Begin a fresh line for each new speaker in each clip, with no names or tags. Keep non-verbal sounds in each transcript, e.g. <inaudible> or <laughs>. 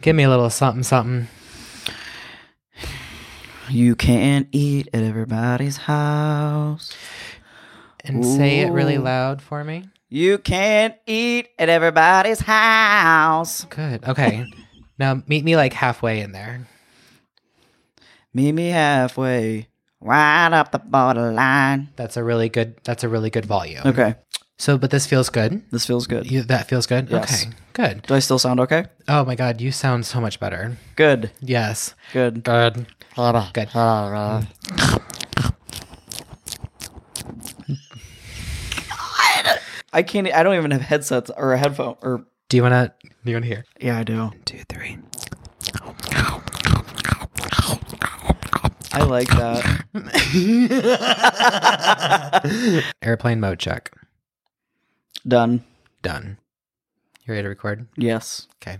Give me a little something, something.
You can't eat at everybody's house.
And say it really
Ooh.
loud for me.
You can't eat at everybody's house.
Good. Okay.
<laughs>
now meet me like halfway in there.
Meet me halfway, right up the borderline.
That's a really good that's a really good volume.
Okay,
So but this feels good.
this feels good.
You, that feels good?
Yes.
Okay. Good.
Do I still sound okay?
Oh my god, you sound so much better.
Good,
Yes.
good.
Good. Good.
I can't. e, I don't even have headsets or a headphone. Or
Do you wanna do you wanna hear?
yeah, I do.
Two, three.
I like that.
Airplane mode check.
Done.
Done. You ready to record?
Yes.
Okay.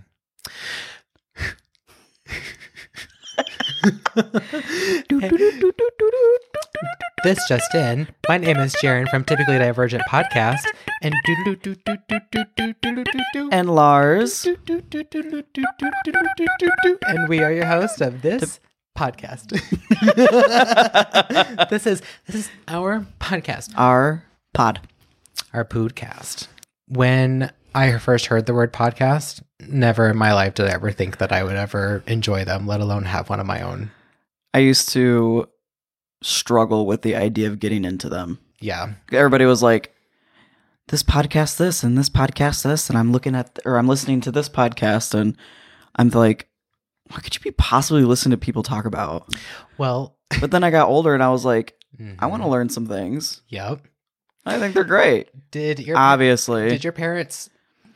This just in. My name is Jaren from Typically Divergent Podcast, and
And Lars,
and we are your host of this podcast. <laughs> this is this is our podcast,
our pod.
our podcast. When I first heard the word podcast, never in my life did I ever think that I would ever enjoy them, let alone have one of my own.
I used to struggle with the idea of getting into them.
Yeah.
everybody was like this podcast this and this podcast this and i'm looking at or i'm listening to this podcast and i'm like what could you be possibly listening to people talk about
Well,
but then i got older and i was like i want to
mhm.
learn some things
Yep.
i think they're great
Did your
obviously
Did your parents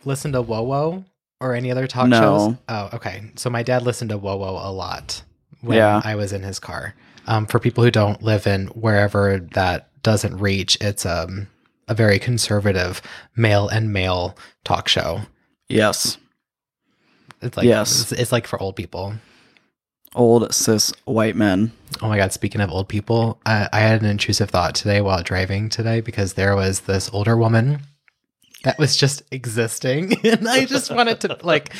listen to Whoa Whoa or any other talk
No.
shows? Oh, okay. So my dad listened to Whoa Whoa a lot when
Yeah.
I was in his car. Um, for people who don't live in wherever that doesn't reach, it's um, a very conservative male and male talk show.
yes
It's like
Yes.
it's, it's like for old people.
old cis white men
Oh my god! Speaking of old people, I, I had an intrusive thought today while driving today because there was this older woman that was just existing, <laughs> and I just wanted to like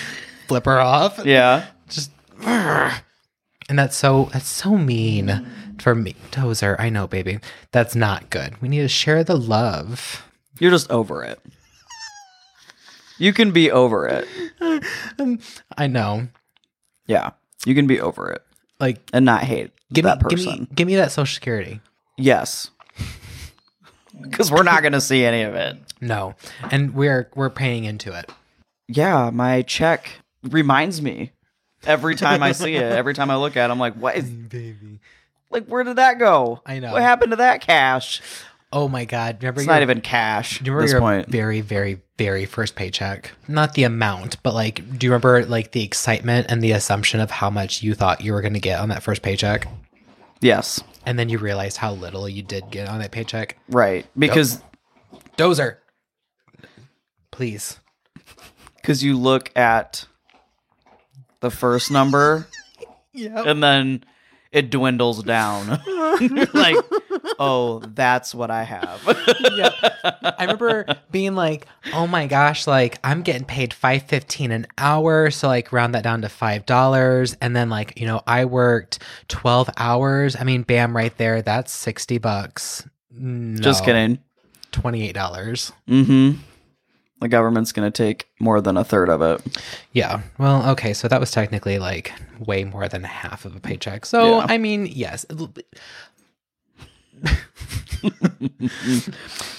flip her off.
yeah
just <sighs> and that's so that's so mean for me tozer i know baby that's not good we need to share the love
you're just over it you can be over it
i know
yeah you can be over it
like
and not hate
give
that
me,
person
give me give me that social security
yes <laughs> because we're not going to see any of it
no and we're we're paying into it
yeah, my check reminds me every time I see it. Every time I look at it, I'm like, what is
baby
like where did that go?
I know.
What happened to that cash?
oh my god remember
It's
your,
not even cash
do you
at
remember
this
your
point.
very very very first paycheck not the amount but like do you remember like the excitement and the assumption of how much you thought you were going to get on that first paycheck
Yes.
and then you realized how little you did get on that paycheck
Right. Because
Dozer. Please.
because you look at the first number
Yeah.
and then it dwindles down. <laughs> You're like, oh, that's what I have. <laughs>
I remember being like, "Oh my gosh, like I'm getting paid 5.15 an hour, so like round that down to $5." And then like, you know, I worked 12 hours. I mean, bam right there, that's 60 bucks. No,
Just kidding.
$28.
Mm-hmm. The government's gonna take more than a third of it.
Yeah. Well, okay, so that was technically like way more than half of a paycheck. So,
Yeah.
I mean, yes.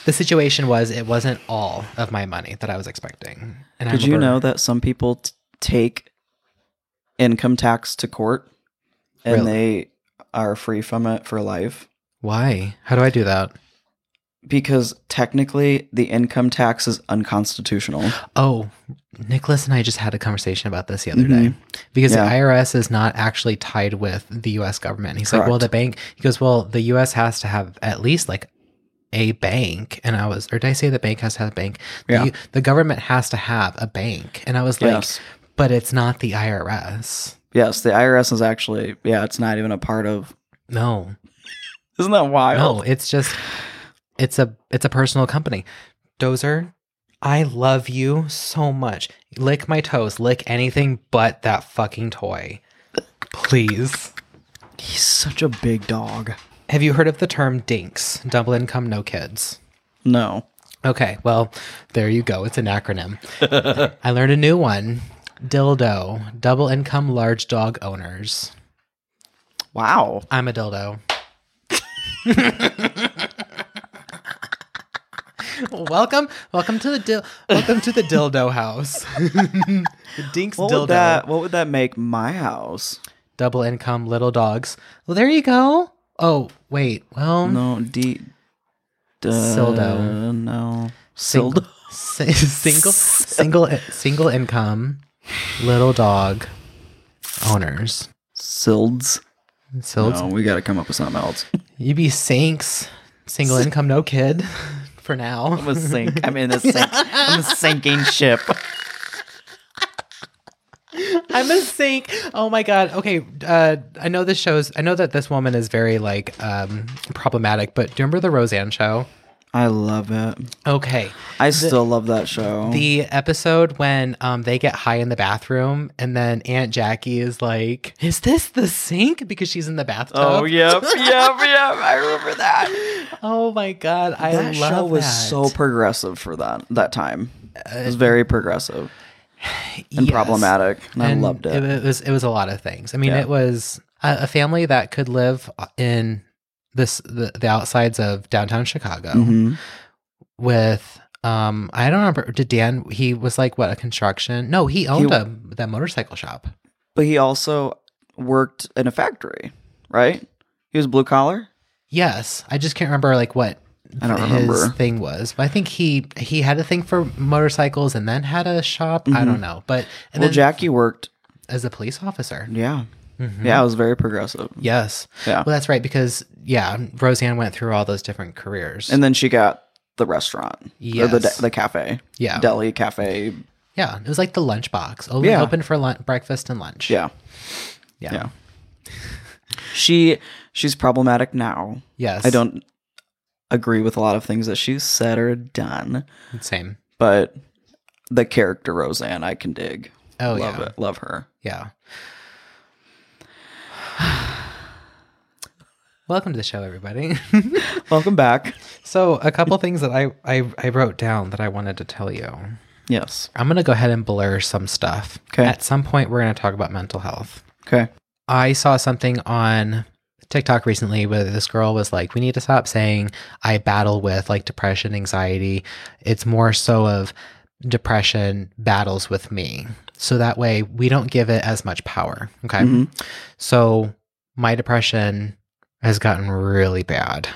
the situation was it wasn't all of my money that I was expecting. And I
Did you
remember-
know that some people t- take income tax to court and they are free from it for life?
why? How do I do that?
Because technically, the income tax is unconstitutional.
Oh, Nicholas and I just had a conversation about this the other
Mhm.
day because
Yeah.
the IRS is not actually tied with the US government. And He's like, well,
Correct.
the bank, he goes, well, the US has to have at least like a bank. And I was, or did I say the bank has to have a bank? The,
Yeah.
the government has to have a bank. And I was like,
<gasps> Yes.
but it's not the IRS.
Yes, the IRS is actually, yeah, it's not even a part of.
No,
Isn't that wild?
no, it's just, it's a, it's a personal company. Dozer, I love you so much. Lick my toes, lick anything but that fucking toy. Please.
He's such a big dog.
Have you heard of the term DINKS, double income, no kids?
No.
Okay, well, there you go. It's an acronym. I learned a new one Dildo, double income, large dog owners.
Wow.
I'm a dildo. welcome, welcome to the dil- welcome to the dildo house. <laughs> The Dink's
What
dildo,
would that what would that make my house?
double income, little dogs. Well, there you go. Oh wait, well,
No, D duh,
Mm-hmm. Sildo.
No.
sing-
Sildo.
si- single, single, single income, little dog owners.
Silds.
So it's-
No, we gotta come up with something <laughs> else.
you be sinks, single income, no kid, <laughs> for now.
I'm a sink. I'm in
<laughs>
a sink. I'm a sinking ship.
I'm a sink. Oh my god. Okay. Uh, I know this shows. I know that this woman is very like um, problematic. But do you remember the Roseanne show?
I love it.
Okay.
I still love that show.
The episode when um, they get high in the bathroom, and then Aunt Jackie is like, "Is this the sink?" Because she's in the bathtub. <laughs>
oh yep, yep, yep. I remember that.
Oh my god. I
that
love
show was
that. Uh,
so progressive for that that time. it was very progressive and
Yes.
problematic, and,
And
I loved it.
It was it was a lot of things. I mean,
Yeah.
it was a, a family that could live in this the, the outsides of downtown Chicago.
Mhm.
with um I don't remember did Dan he was like what a construction no he owned
He-
a that motorcycle shop
But he also worked in a factory, right? He was blue collar.
yes I just can't remember like what
I don't
his
remember.
thing was but I think he he had a thing for motorcycles and then had a shop I don't know but and
Mm-hmm. well,
then
Jackie worked.
as a police officer
Yeah, yeah. It was very progressive.
yes
Yeah.
Mm-hmm. well that's right because yeah Roseanne went through all those different careers
And then she got the restaurant, Yeah, the
Yes.
the cafe,
Yeah.
deli cafe.
yeah it was like the lunchbox only
Yeah.
open for lunch breakfast and lunch
Yeah,
yeah,
yeah. she she's problematic now.
yes
I don't agree with a lot of things that she's said or done,
same
but the character Roseanne, I can dig.
oh
Love
yeah
it. Love her.
Yeah. Welcome to the show, everybody. <laughs>
Welcome back.
so, a couple things that I, I, I wrote down that I wanted to tell you.
Yes.
I'm going to go ahead and blur some stuff.
'Kay.
At some point, we're going to talk about mental health.
Okay.
I saw something on TikTok recently where this girl was like, we need to stop saying I battle with like depression, anxiety. It's more so of depression battles with me. So that way we don't give it as much power. Okay.
Mhm.
So my depression has gotten really bad.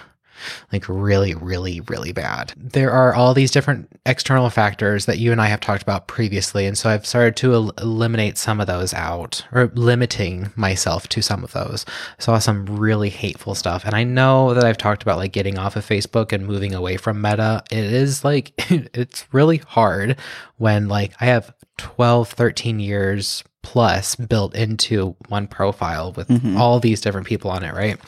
Like really, really, really bad. There are all these different external factors that you and I have talked about previously. And so I've started to el- eliminate some of those out or limiting myself to some of those. saw some really hateful stuff. And I know that I've talked about like getting off of Facebook and moving away from meta. It is like, <laughs> it's really hard when like I have 12, 13 years plus built into one profile with
Mhm.
all these different people on it, right?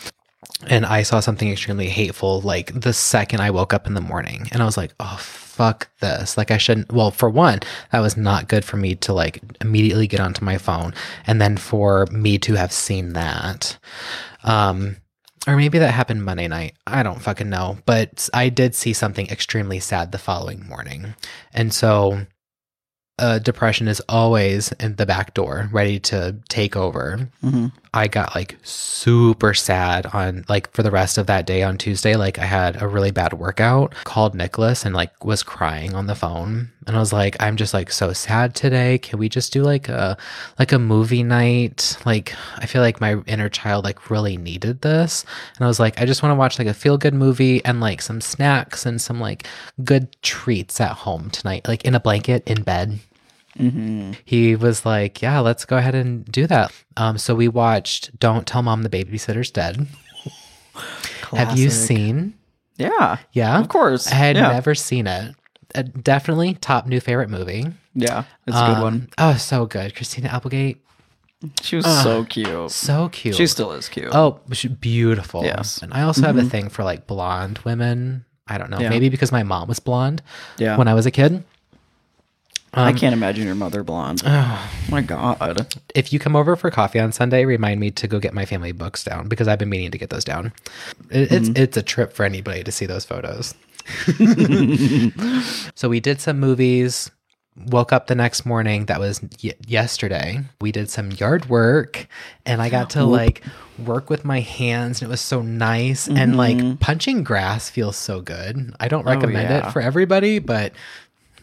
And I saw something extremely hateful like the second I woke up in the morning. And I was like, oh, fuck this. Like, I shouldn't. Well, for one, that was not good for me to like immediately get onto my phone. And then for me to have seen that. Um, or maybe that happened Monday night. I don't fucking know. But I did see something extremely sad the following morning. And so uh, depression is always in the back door, ready to take over.
Mhm.
I got like super sad on like for the rest of that day on Tuesday. Like I had a really bad workout, called Nicholas and like was crying on the phone. And I was like, I'm just like so sad today. Can we just do like a like a movie night? Like I feel like my inner child like really needed this. And I was like, I just want to watch like a feel good movie and like some snacks and some like good treats at home tonight, like in a blanket in bed he was like, "Yeah, let's go ahead and do that." Um, so we watched "Don't Tell Mom the Babysitter's Dead." Have you
Classic.
seen?
Yeah.
Yeah,
Of course.
I had
yeah.
never seen it. Uh, definitely top new favorite movie.
yeah. It's a good one.
Oh, so good, Christina Applegate,
She was
uh,
so cute.
so cute.
She still is cute.
oh, she's beautiful.
Yes.
and I also have a thing for like blonde women. I don't know,
Mm-hmm. Yeah.
maybe because my mom was blonde
Yeah.
when I was a kid.
I
Um,
can't imagine your mother blonde. Oh
Oh,
my god.
if you come over for coffee on Sunday, remind me to go get my family books down because I've been meaning to get those down. It, It's it's a trip for anybody to see those photos. so we did some movies. Woke up the next morning. That was y- yesterday. We did some yard work, and I got to like work with my hands, and it was so nice. And like punching grass feels so good. I don't recommend
yeah.
it for everybody, but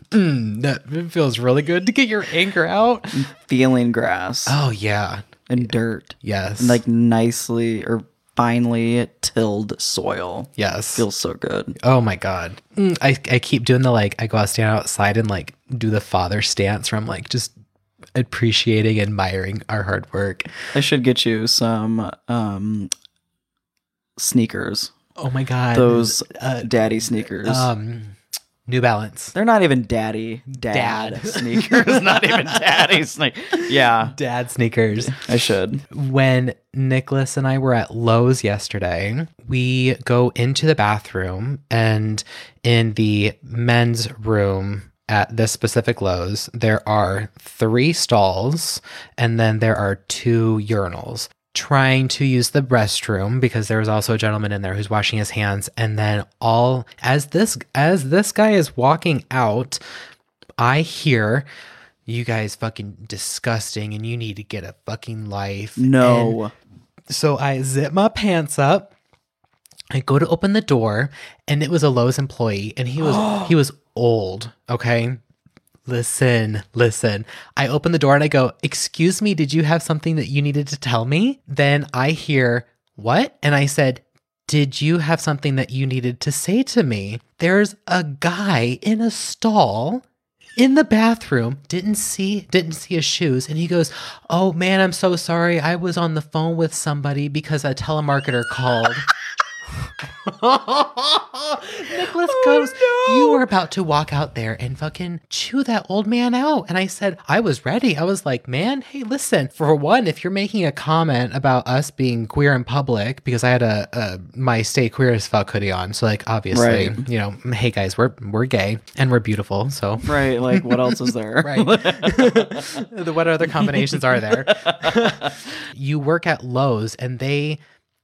mm, that it feels really good to get your anger out.
Feeling grass
Oh yeah.
and dirt.
Yes.
And like nicely or finely tilled soil.
yes.
Feels so good.
oh my god. Mm, I I keep doing the like I go out stand outside and like do the father stance where I'm like just appreciating admiring our hard work.
I should get you some um sneakers.
Oh my god.
Those
uh,
daddy sneakers.
um New Balance.
They're not even daddy. Dad,
Dad.
<laughs>
<laughs>
sneakers. not even daddy sneakers. Yeah.
Dad sneakers.
I should.
when Nicholas and I were at Lowe's yesterday, we go into the bathroom and in the men's room at this specific Lowe's, there are three stalls and then there are two urinals. Trying to use the restroom because there was also a gentleman in there who's washing his hands, and then all as this as this guy is walking out, I hear you guys fucking disgusting and you need to get a fucking life. And
No.
so I zip my pants up. I go to open the door and it was a Lowe's employee and he was he was old, okay? Listen, listen. I open the door and I go, "Excuse me, did you have something that you needed to tell me?" Then I hear, "What?" And I said, "Did you have something that you needed to say to me?" There's a guy in a stall in the bathroom didn't see didn't see his shoes and he goes oh man i'm so sorry i was on the phone with somebody because a telemarketer called <laughs> Nicholas goes, You were about to walk out there and fucking chew that old man out. And I said, I was ready. I was like, Man, hey, listen, for one, if you're making a comment about us being queer in public, because I had a, a my stay queer as fuck hoodie on. So, like, obviously,
Right.
you know, hey guys, we're, we're gay and we're beautiful. So,
Right. Like, what else is there?
<laughs> Right. <laughs> The- what other combinations are there? you work at Lowe's and they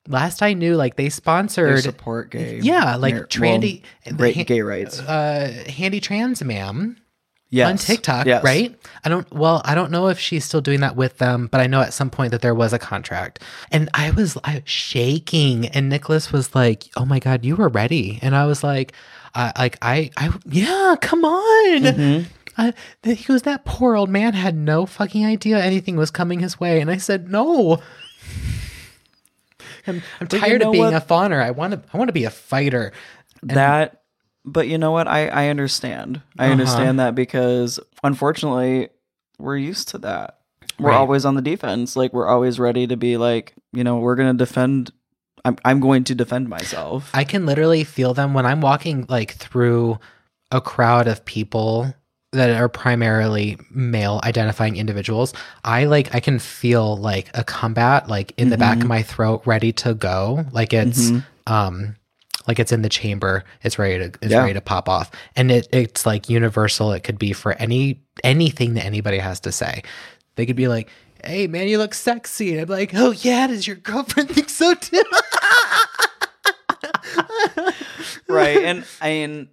last I knew like they
They
sponsored
support gay.
yeah, like
mar-
trendy
well,
the
ra-
han-
gay rights.
uh handy trans ma'am
Yes.
on TikTok,
Yes.
right? I don't well, I don't know if she's still doing that with them, but I know at some point that there was a contract. And I was like shaking and Nicholas was like, "Oh my god, you were ready." And I was like, I like I I yeah, come on.
Mm-hmm.
I, th- he goes, that poor old man had no fucking idea anything was coming his way. And I said, no. I'm, I'm
you
tired
know
of being
what?
a fawner. I want to. I want to be a fighter.
that but you know what i i understand i
Uh-huh.
understand that because unfortunately we're used to that we're
Right.
always on the defense like we're always ready to be like you know we're gonna defend i'm, I'm going to defend myself
I can literally feel them when I'm walking like through a crowd of people that are primarily male identifying individuals. I like I can feel like a combat like in the back of my throat ready to go. Like it's
Mm-hmm.
um like it's in the chamber. It's ready to it's
Yeah.
ready to pop off. And it it's like universal. It could be for any anything that anybody has to say. They could be like, "Hey man, you look sexy." And I'm like, "Oh yeah, does your girlfriend <laughs> think so too?"
right and and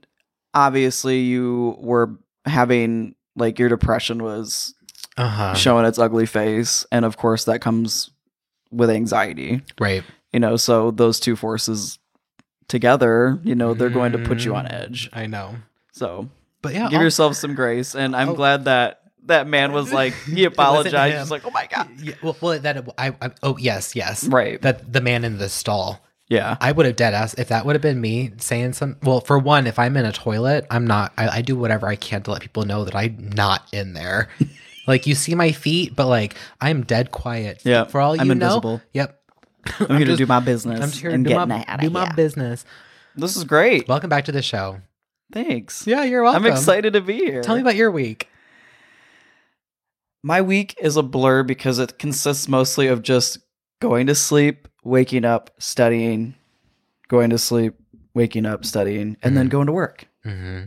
obviously you were having like your depression was
<laughs> Uh-huh.
showing its ugly face and of course that comes with anxiety
Right.
you know so those two forces together you know they're going to put you on edge
I know.
so
But yeah,
give
I'll-
yourself some grace and i'm
Oh.
glad that that man
<laughs>
was like he
It wasn't
apologized
him.
he's like oh my god
yeah, well, well, that I, I oh yes, yes,
right
That the man in the stall.
yeah
I would have dead ass if that would have been me saying some. Well, for one, if I'm in a toilet, I'm not. I, I do whatever I can to let people know that I'm not in
<laughs>
there. like you see my feet, but like I'm dead quiet.
Yeah,
For all you
I'm
know.
invisible.
Yep. <laughs>
i'm, here
just-
to do my business
I'm here to
and
do
get
my,
outta
do my
here.
business.
this is great
Welcome back to the show.
thanks
Yeah, you're
i'm excited to be here
Tell me about your week.
my week is a blur because it consists mostly of just going to sleep waking up
Mm.
studying going to sleep waking up studying and then going to work
Mm-hmm.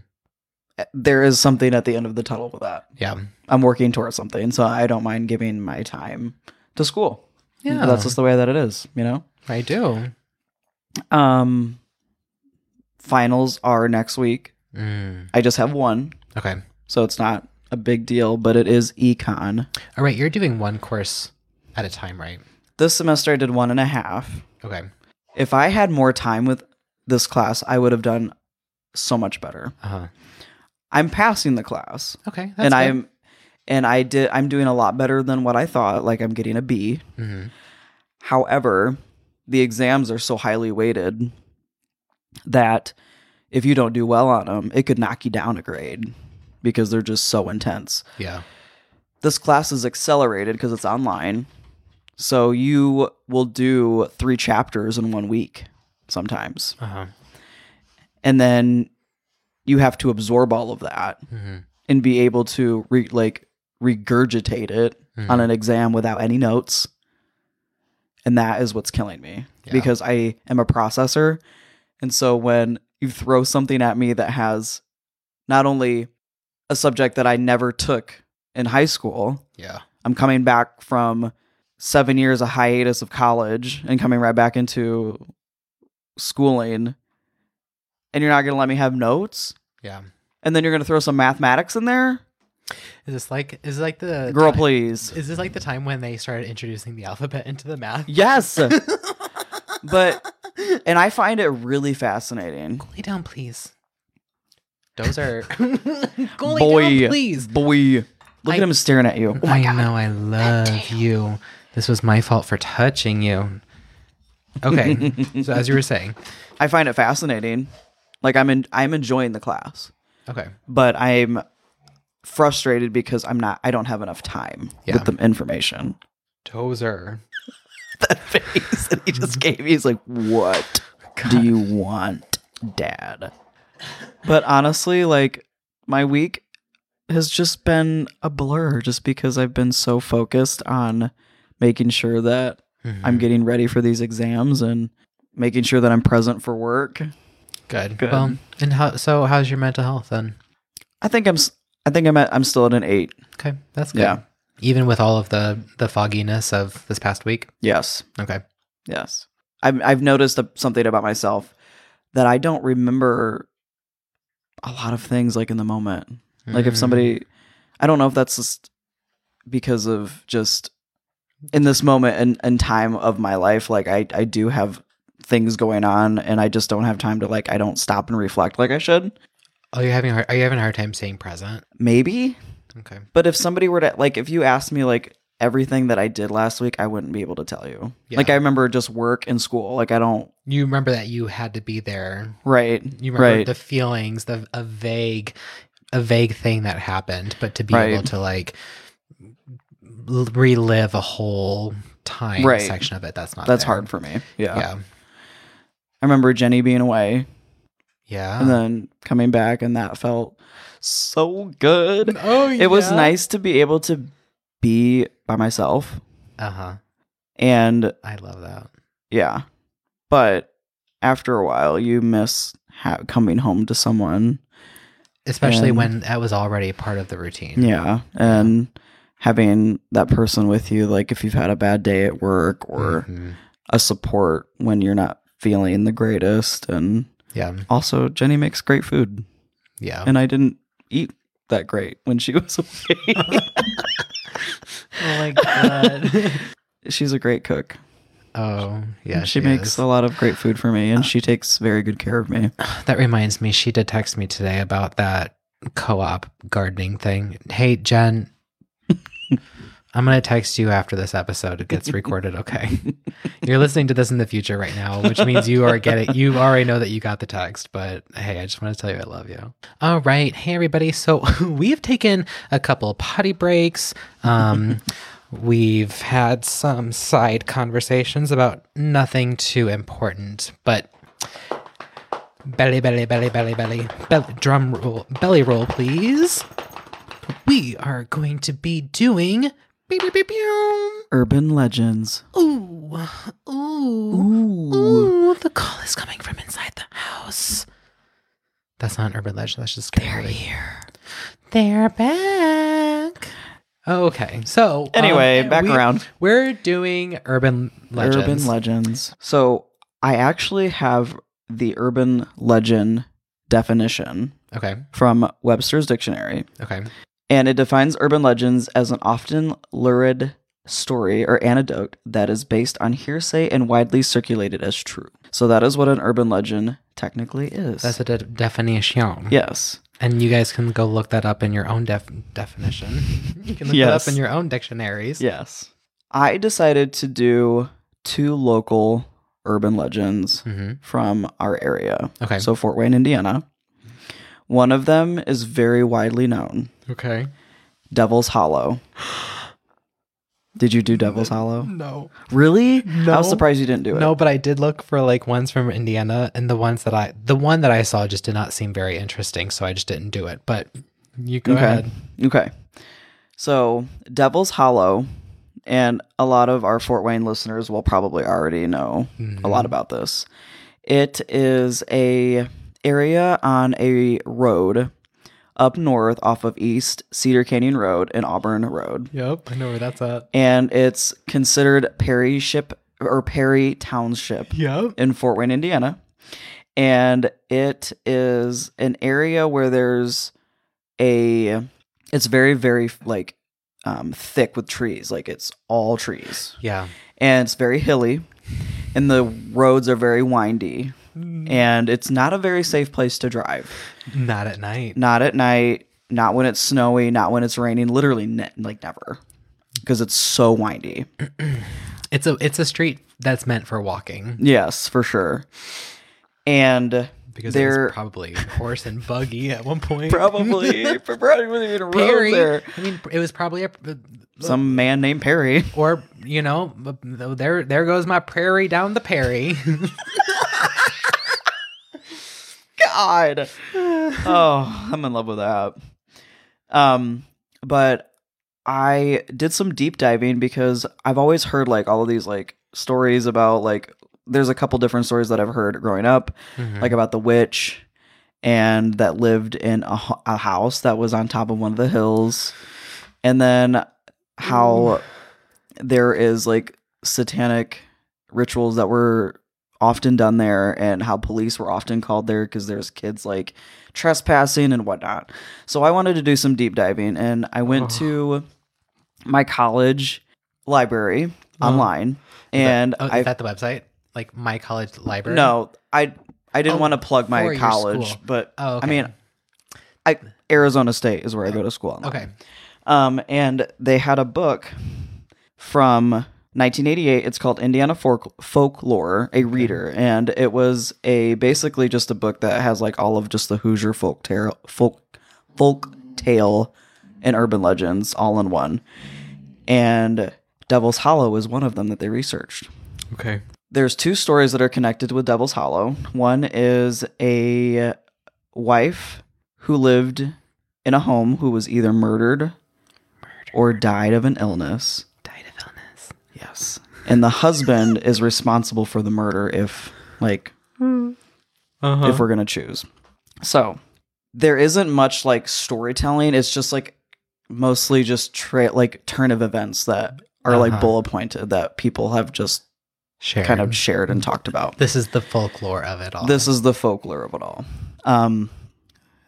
there is something at the end of the tunnel with that.
Yeah.
I'm working towards something, so I don't mind giving my time to school.
Yeah.
That's just the way that it is, you know?
I do.
Um finals are next week.
Mm.
I just have one,
Okay.
so it's not a big deal, but it is econ.
All right. You're doing one course at a time, right?
This semester I did one and a half.
Okay.
If I had more time with this class, I would have done so much better.
Uh huh.
I'm passing the class.
Okay. That's
and
good.
I'm and I did I'm doing a lot better than what I thought. Like I'm getting a B.
Mhm.
However, the exams are so highly weighted that if you don't do well on them, it could knock you down a grade because they're just so intense.
Yeah.
This class is accelerated because it's online. So you will do three chapters in one week sometimes.
Uh huh.
And then you have to absorb all of that
Mhm.
and be able to re- like regurgitate it
Mhm.
on an exam without any notes. And that is what's killing me
Yeah.
because I am a processor. And so when you throw something at me that has not only a subject that I never took in high school,
Yeah.
I'm coming back from seven years of hiatus of college and coming right back into schooling, and you're not going to let me have notes.
Yeah.
And then you're going to throw some mathematics in there?
Is this like is it like the
Girl,
time-
please.
Is this like the time when they started introducing the alphabet into the
<laughs>
math?
Yes. but and I find it really fascinating.
Lay down, please. Those
<laughs>
are Go lay
Boy.
down, please.
Boy, look
I-
at him staring
<laughs>
at you. Oh my
I
god.
know I love you. This was my fault for touching you.
<laughs>
Okay. so as you were saying.
I find it fascinating. Like I'm in, I'm enjoying the class,
Okay.
but I'm frustrated because I'm not I don't have enough time
Yeah.
with the information. <laughs>
Tozer.
That face that he just gave me he's like, "What do you want, dad?" But honestly, like my week has just been a blur just because I've been so focused on making sure that
Mm-hmm.
I'm getting ready for these exams and making sure that I'm present for work.
good.
good.
Well, and how so how's your mental health then?
I think I'm s- I think I'm at, I'm still at an 8.
Okay. That's good.
Yeah.
Even with all of the the fogginess of this past week.
Yes.
Okay.
Yes. I've I've noticed a, something about myself that I don't remember a lot of things like in the moment. Like if
Mm.
somebody I don't know if that's just because of just in this moment and, and time of my life, like I, I do have things going on and I just don't have time to like I don't stop and reflect like I should.
Oh, you're having a hard, are you having a hard time saying present?
Maybe.
Okay.
But if somebody were to like, if you asked me like everything that I did last week, I wouldn't be able to tell you.
Yeah.
Like I remember just work and school. Like I don't.
You remember that you had to be there.
Right.
You remember
Right.
the feelings, the a vague, a vague thing that happened, but to be
Right.
able to like l- relive a whole time
Right.
section of it, that's not
That's
there.
hard for me. Yeah.
Yeah.
I remember Jenny being away
Yeah.
and then coming back, and that felt so good.
oh,
It was nice to be able to be by myself,
Uh huh.
and
I love that.
yeah, but after a while, you miss ha- coming home to someone.
Especially
And-
when that was already part of the routine.
Yeah. And having that person with you, like if you've had a bad day at work or
Mhm.
a support when you're not feeling the greatest. And
Yeah.
also, Jenny makes great food.
Yeah.
And I didn't eat that great when she <laughs> was away.
oh my god.
<laughs> She's a great cook.
oh yeah.
she, makes
is.
a lot of great food for me and she takes very good care of me. <laughs>
That reminds me, she did text me today about that co op gardening thing. Hey, Jen, I'm going to text you after this episode gets recorded, okay? You're listening to this in the future right now, which means you are get it. You already know that you got the text, but hey, I just want to tell you I love you. All right. Hey, everybody. So we've taken a couple potty breaks. Um, We've had some side conversations about nothing too important, but Belly, belly, belly, belly, belly, belly. Drum roll, belly roll, please. We are going to be doing. Beep, beep, beep, pew.
Urban legends.
Ooh, ooh,
Ooh.
ooh! The call is coming from inside the house. That's not an urban legend. That's just a scary movie.
here.
They're back. Okay, so um,
Anyway, back
we-
around.
We're doing urban legends.
Urban legends. So I actually have the urban legend definition
okay,
from Webster's Dictionary,
okay,
and it defines urban legends as an often lurid story or anecdote that is based on hearsay and widely circulated as true. So that is what an urban legend technically is.
that's a de- definition.
yes.
and you guys can go look that up in your own def- definition. <laughs> you can look that
Yes.
up in your own dictionaries.
Yes. I decided to do two local urban legends
hmm
from our area.
Okay.
So Fort Wayne, Indiana. One of them is very widely known
okay.
Devil's Hollow. <gasps> Did you do Devil's Hollow?
No.
Really? I
No.
was surprised you didn't do it.
No, but I did look for like ones from Indiana, and the ones that I the one that I saw just did not seem very interesting, so I just didn't do it. But you go
Okay.
ahead.
Okay. So, Devil's Hollow, and a lot of our Fort Wayne listeners will probably already know a
Mm-hmm.
lot about this. It is a area on a road up north off of East Cedar Canyon Road and Auburn Road.
Yep, I know where that's at.
and it's considered Perry Ship or Perry Township
Yep.
in Fort Wayne, Indiana. And it is an area where there's a it's very very like um thick with trees, like it's all trees.
Yeah.
And it's very hilly and the roads are very windy and it's not a very safe place to drive.
Not at night.
Not at night, not when it's snowy, not when it's raining, literally ne- like never. Because it's so windy.
It's a it's a street that's meant for walking
Yes, for sure. And
because it
there
was probably horse and buggy at one point.
probably <laughs> probably really in a
<laughs>
road
Perry.
there.
I mean, it was probably a
Some man named Perry. <laughs>
or you know there there goes my prairie down the Perry. <laughs>
God. oh, I'm in love with that. Um, but I did some deep diving because I've always heard like all of these like stories about like there's a couple different stories that I've heard growing up, <laughs>
Mm-hmm.
like about the witch and that lived in a, ho- a house that was on top of one of the hills, and then how there is like satanic rituals that were often done there and how police were often called there because there's kids like trespassing and whatnot. So I wanted to do some deep diving and I went to my college library online and
oh,
I
is that the website? Like my college library?
no I I didn't
Oh,
want to plug
for
my
your
college,
school.
but
Oh, okay.
I mean I Arizona State is where I go to school. online.
Okay.
Um, and they had a book from 1988. It's called Indiana Folk- Folklore, a reader, and it was a basically just a book that has like all of just the Hoosier folk tale, folk folk tale, and urban legends all in one. And Devil's Hollow is one of them that they researched
Okay.
there's two stories that are connected with Devil's Hollow. One is a wife who lived in a home who was either murdered, or died of an illness.
Died of illness.
Yes. And the husband is responsible for the murder if like
Uh-huh.
if we're going to choose. So, there isn't much like storytelling. It's just like mostly just tra- like turn of events that are like
Uh-huh.
bullet pointed that people have just
Shared.
kind of shared and talked about.
This is the folklore of it all.
This is the folklore of it all. Um,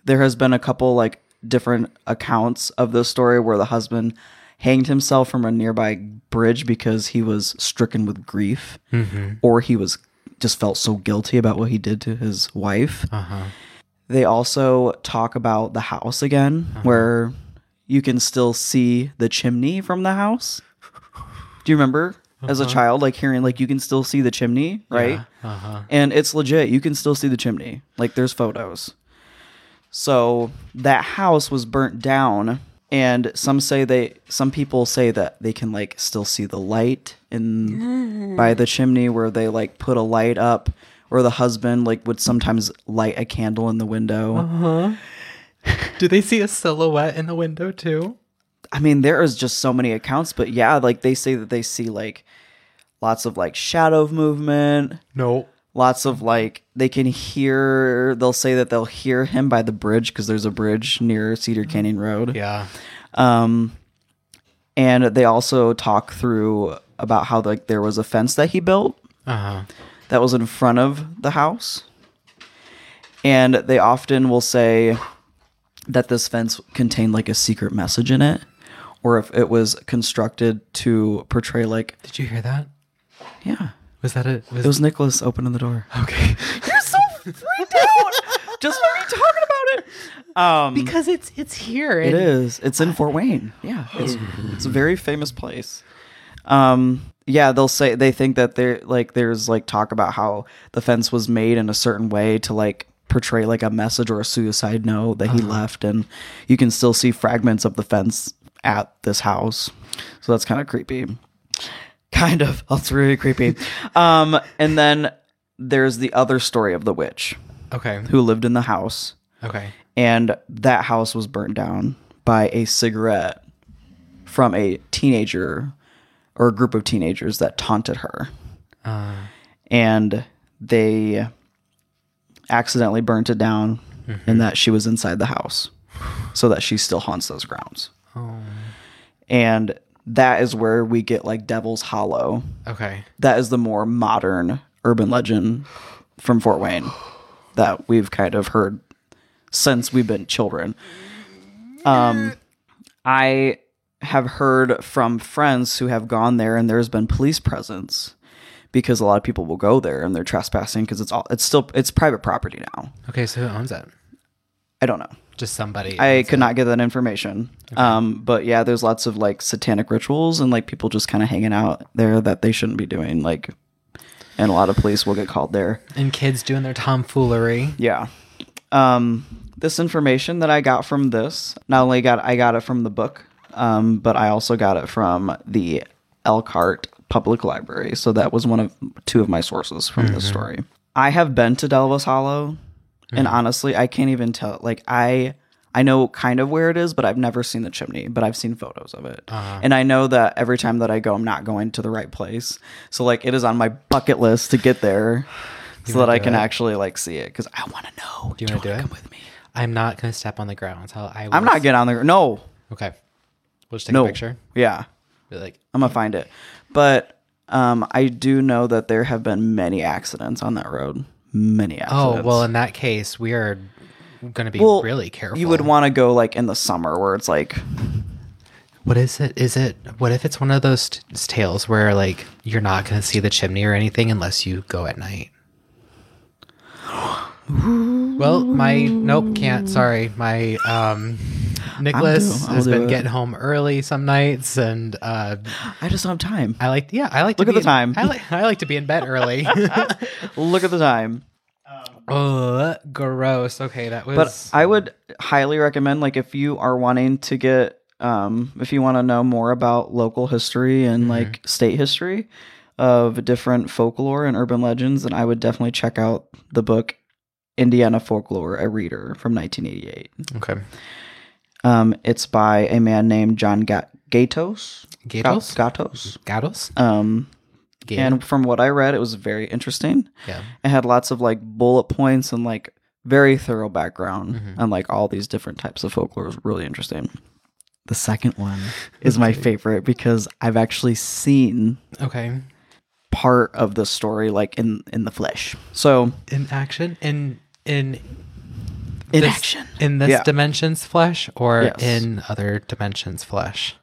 there has been a couple like different accounts of this story where the husband hanged himself from a nearby bridge because he was stricken with grief,
Mm-hmm.
or he was just felt so guilty about what he did to his wife.
Uh huh.
They also talk about the house again, where you can still see the chimney from the house. Do you remember as a child, like hearing like you can still see the chimney, right?
Uh huh.
and it's legit. You can still see the chimney. Like there's photos. So that house was burnt down, and some say they, some people say that they can like still see the light in by the chimney where they like put a light up, or the husband like would sometimes light a candle in the window.
Do they see a silhouette in the window too?
I mean, there is just so many accounts, but yeah, like they say that they see like lots of like shadow movement,
No.
lots of like they can hear they'll say that they'll hear him by the bridge because there's a bridge near cedar canyon road
Yeah.
um and they also talk through about how like there was a fence that he built
Uh huh.
that was in front of the house. And they often will say that this fence contained like a secret message in it, or if it was constructed to portray like,
Did you hear that?
yeah,
Was that it? Was,
it was Nicholas opening the <laughs> door.
<laughs> okay.
You're so freaked out just for me talking about it. Um,
because it's it's here.
it
and-
is. It's in Fort Wayne. Yeah, it's, it's a very famous place. Um, yeah, they'll say they think that there like there's like talk about how the fence was made in a certain way to like portray like a message or a suicide note that he left, and you can still see fragments of the fence at this house. So that's kind of creepy. Kind of. <laughs> That's really creepy. um, and then there's the other story of the witch
Okay.
who lived in the house
Okay.
and that house was burnt down by a cigarette from a teenager or a group of teenagers that taunted her
Uh,
and they accidentally burnt it down
Mm-hmm.
and that she was inside the house so that she still haunts those grounds
oh.
and that is where we get like devil's hollow
Okay.
that is the more modern urban legend from Fort Wayne that we've kind of heard since we've been children. Um, I have heard from friends who have gone there, and there's been police presence because a lot of people will go there and they're trespassing because it's all it's still it's private property now.
Okay. So who owns it?
I don't know.
Just somebody.
I could not get that information. Um, but yeah, there's lots of like satanic rituals and like people just kind of hanging out there that they shouldn't be doing. Like, and a lot of police will get called there.
and kids doing their tomfoolery.
Yeah. Um, this information that I got from this, not only got I got it from the book, um, but I also got it from the Elkhart Public Library. So that was one of two of my sources from this story. I have been to Delvis Hollow, and honestly, I can't even tell. Like I. I know kind of where it is, but I've never seen the chimney, but I've seen photos of it. And I know that every time that I go, I'm not going to the right place. So, like, it is on my bucket list to get there so that I can actually, like, see it because I want to know.
Do you want to do
wanna
it?
come with me?
I'm not gonna step on the ground. So I.
I'm not getting on there. No.
Okay. We'll just take
No.
a picture.
Yeah.
Be like,
I'm going to find it. But um, I do know that there have been many accidents on that road. Many
oh
accidents.
well, in that case, we are gonna be
Well,
really careful.
You would want to go, like, in the summer where it's like, <gasps>
What is it? Is it? What if it's one of those t- tales where like you're not gonna see the chimney or anything unless you go at
<gasps>
night? well, my nope, can't. Sorry, my um, Nicholas
I'll
has
do
been
it.
getting home early some nights, and uh,
I just don't have time.
I like. Yeah, I like.
Look
to
at
be
the time.
In, I like. I like to be in bed
<laughs>
early. <laughs>
Look at the time.
oh, gross. Okay, that was.
But I would highly recommend, like, if you are wanting to get, um, if you want to know more about local history and like state history of different folklore and urban legends, then I would definitely check out the book Indiana Folklore, a Reader from 1988.
okay.
Oh, Um, it's by a man named John Ga- Gatos.
Gatos.
Gatos.
Gatos.
Um,
Gatos.
and from what I read, it was very interesting.
yeah.
It had lots of like bullet points and like very thorough background on like all these different types of folklore. It was really interesting. The second one is my favorite because I've actually seen
Okay.
part of the story like in in the flesh. So
In action. In in
in
this-
action
in this
Yeah.
dimension's flesh or
Yes.
in other dimensions flesh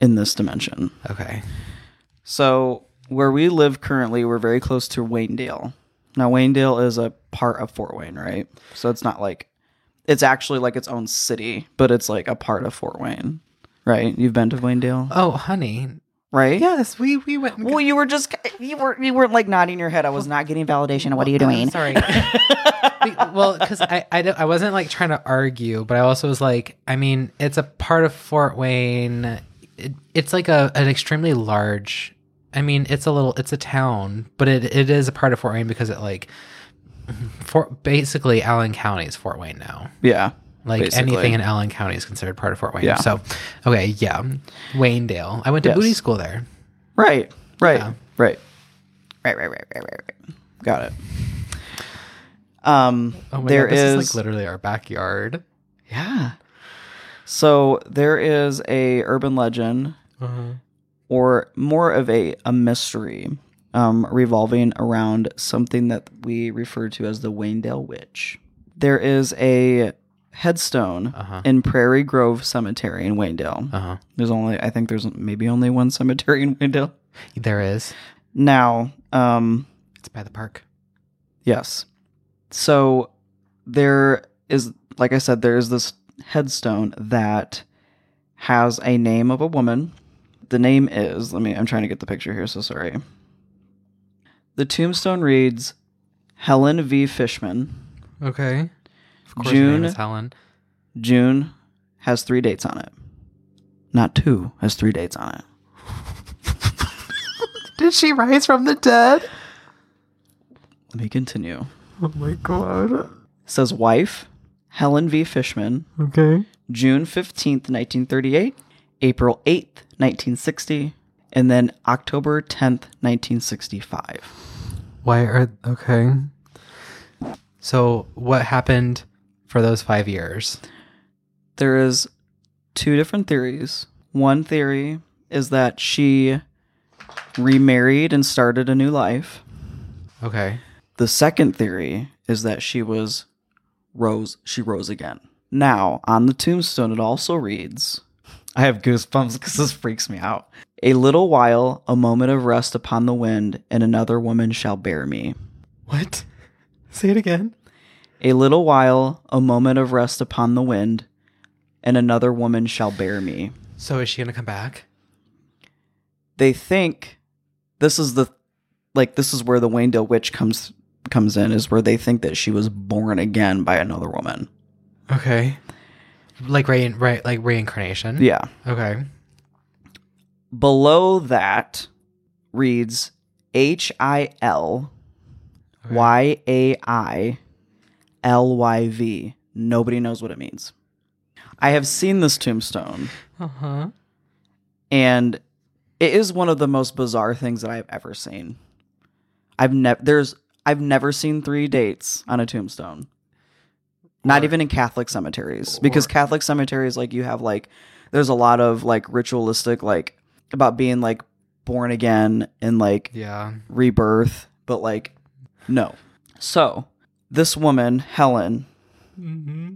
in this dimension.
okay
So where we live currently, we're very close to Wayndale. Now Wayndale is a part of Fort Wayne, right? So it's not like it's actually like its own city, but it's like a part of Fort Wayne. Right? You've been to Wayndale?
oh honey
right?
yes we we went and
Well, you were just you were you weren't like nodding your head. I was not getting validation. of What are you doing?
sorry <laughs> We- well because I, I don't- i wasn't like trying to argue but i also was like i mean it's a part of fort wayne it, it's like a an extremely large i mean it's a little it's a town but it, it is a part of fort wayne because it like Fort, basically allen county is fort wayne now
Yeah.
Like
Basically.
anything in Allen County is considered part of Fort Wayne.
Yeah.
So, okay, yeah, Wayndale. I went to
Yes.
booty school there.
Right. Right.
Yeah.
Right. Right. Right. Right. Right. Right. right. Got it. Um,
Oh my
there
god, this is,
is-
like literally our backyard.
yeah. So there is a urban legend
Uh-huh.
or more of a, a mystery um, revolving around something that we refer to as the Wayndale Witch. There is a headstone
Uh-huh.
in Prairie Grove Cemetery in Wayndale.
Uh huh.
There's only, I think there's maybe only one cemetery in Wayndale.
There is.
Now, um,
It's by the park.
yes. So there is, like I said, there is this headstone that has a name of a woman. The name is, let me, I'm trying to get the picture here, so sorry. The tombstone reads Helen V. Fishman.
Okay. Of course, her
June-
name is Helen.
June has three dates on it. Not two, has three dates on it.
Did she rise from the dead?
Let me continue. It
Oh my god.
says wife, Helen V. Fishman,
Okay.
June 15th, 1938, April 8th, 1960, and then October 10th, 1965.
Why are okay? So what happened for those five years?
There is two different theories. One theory is that she remarried and started a new life.
Okay.
The second theory is that she was rose, she rose again. Now, on the tombstone it also reads, I have goosebumps cuz this freaks me out. A little while, a moment of rest upon the wind, and another woman shall bear me.
What? Say it again.
A little while, a moment of rest upon the wind, and another woman shall bear me.
So is she gonna come back?
They think this is the like this is where the Wayndale witch comes comes in is where they think that she was born again by another woman.
Okay. Like re- right like reincarnation.
Yeah.
Okay.
Below that reads H I L
Okay.
Y A I L Y V. Nobody knows what it means. I have seen this tombstone,
Uh huh.
and it is one of the most bizarre things that I've ever seen. I've never there's I've never seen three dates on a tombstone. Not
Or-
even in Catholic cemeteries, because
or-
Catholic cemeteries like you have like there's a lot of like ritualistic like about being like born again and like
Yeah.
rebirth, but like no. So, this woman, Helen,
Mm-hmm.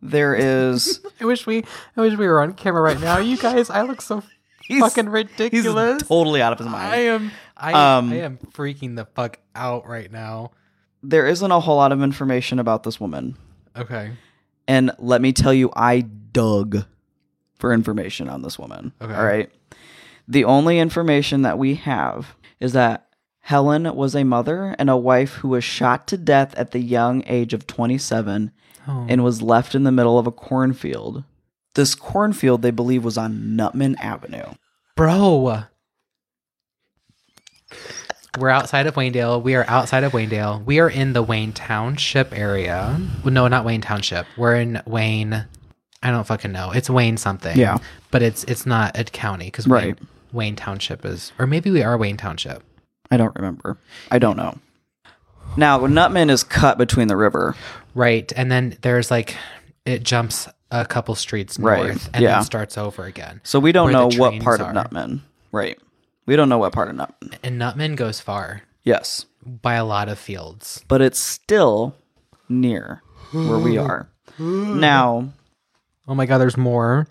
there
<laughs>
is
I wish we I wish we were on camera right now. You guys, I look so
<laughs> he's,
fucking
he's
ridiculous.
totally out of his mind.
I am I,
Um,
I am freaking the fuck out right now.
there isn't a whole lot of information about this woman.
Okay.
And let me tell you, I dug for information on this woman.
Okay.
All right. The only information that we have is that Helen was a mother and a wife who was shot to death at the young age of 27
Oh.
and was left in the middle of a cornfield. This cornfield, they believe, was on Nutman Avenue.
Bro. We're outside of Wayndale. We are outside of Wayndale. We are in the Wayne Township area. Well, No, not Wayne Township. We're in Wayne. I don't fucking know. It's Wayne something.
Yeah.
But it's it's not a county because Wayne,
Right.
Wayne Township is, or maybe we are Wayne Township.
I don't remember. I don't know. Now, Nutman is cut between the river.
Right. And then there's like, it jumps a couple streets north
Right.
and
Yeah.
then starts over again.
So we don't
Where
know
the
what
trains
part
are.
of Nutman. Right. We don't know what part of Nutman.
And Nutman goes far
Yes.
by a lot of fields.
but it's still near where we are. now,
Oh my God, there's more.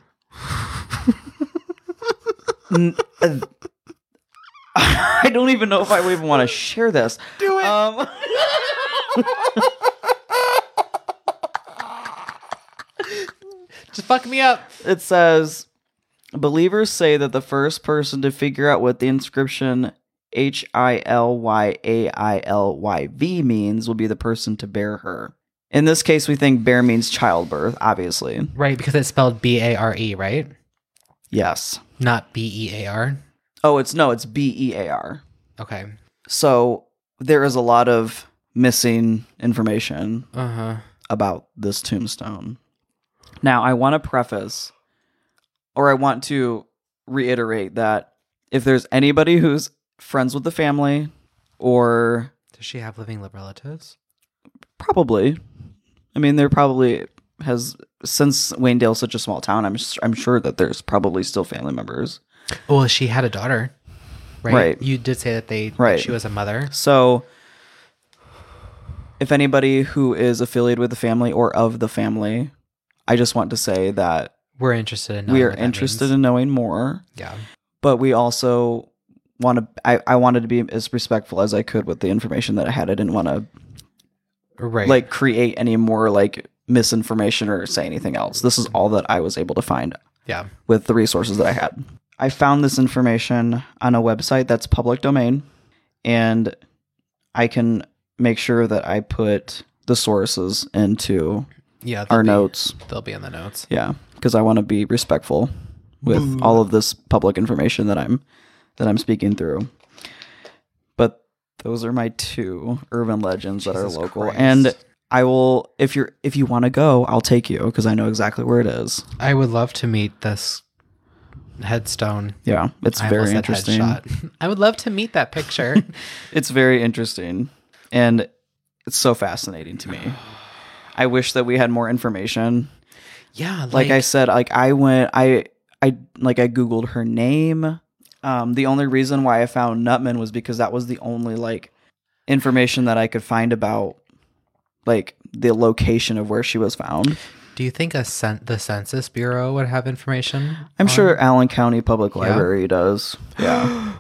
I don't even know if I even want to share this.
Do it.
Um, <laughs>
Just fuck me up.
it says believers say that the first person to figure out what the inscription H I L Y A I L Y V means will be the person to bear her. In this case, we think bear means childbirth, obviously.
Right, because it's spelled B A R E, right?
Yes.
Not B E A R.
Oh, it's no, it's B E A R.
Okay.
So there is a lot of missing information
Uh huh.
about this tombstone. Now, I want to preface or I want to reiterate that if there's anybody who's friends with the family or
Does she have living relatives?
Probably. I mean, there probably has since Wayndale's such a small town. I'm s- I'm sure that there's probably still family members.
Well, she had a daughter, right?
Right.
You did say that they.
Right.
She was a mother.
So, if anybody who is affiliated with the family or of the family, I just want to say that
We're interested in.
we are interested in knowing more.
Yeah.
but we also want to I, I wanted to be as respectful as i could with the information that i had i didn't want to
Right.
like create any more like misinformation or say anything else this is all that i was able to find
Yeah.
with the resources that i had i found this information on a website that's public domain and i can make sure that i put the sources into
Yeah. they'll
our
be-
notes
They'll be in the notes.
yeah, because I want to be respectful with all of this public information that I'm that I'm speaking through. But those are my two urban legends that are
Jesus
local,
Christ.
and I will if you're if you want to go, I'll take you because I know exactly where it is.
I would love to meet this headstone.
Yeah, it's
I almost
very
said
interesting.
headshot. <laughs> I would love to meet that
<laughs>
picture.
It's very interesting, and it's so
<sighs>
fascinating to me. I wish that we had more information.
yeah. Like,
like I said, like I went, I, I, like I googled her name. Um, the only reason why I found Nutman was because that was the only like information that I could find about like the location of where she was found.
do you think a cen- the Census Bureau would have information?
I'm
on-
sure Allen County Public
<gasps>
Library does. Yeah,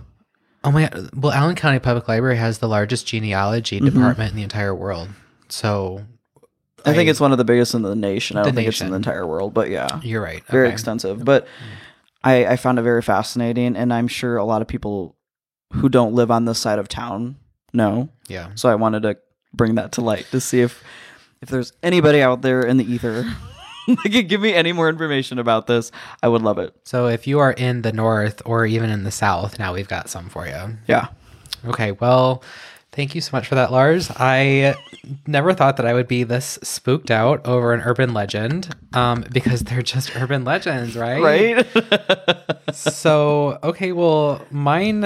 Oh my god. Well, Allen County Public Library has the largest genealogy
Mm-hmm.
department in the entire world. So
I think it's one of the biggest in the nation. I
The
don't think it's in the
nation.
entire world, but yeah,
you're right.
very
Okay.
extensive. But I, I found it very fascinating, and I'm sure a lot of people who don't live on this side of town know
Yeah.
So I wanted to bring that to light to see if if there's anybody out there in the ether <laughs> that could give me any more information about this. I would love it.
So if you are in the north or even in the south, now we've got some for you.
Yeah.
Okay, well, thank you so much for that, Lars. I never thought that I would be this spooked out over an urban legend um, because they're just <laughs> urban legends, right?
Right?
so okay well mine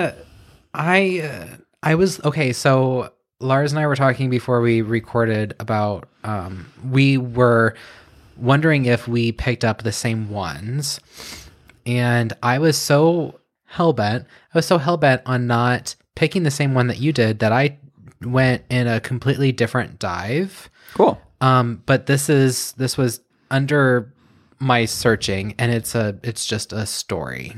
i uh, i was okay so lars and i were talking before we recorded about um we were wondering if we picked up the same ones and i was so hell-bent i was so hell-bent on not picking the same one that you did that i went in a completely different dive
<laughs> cool.
um, but this is this was under my searching, and it's a it's just a story.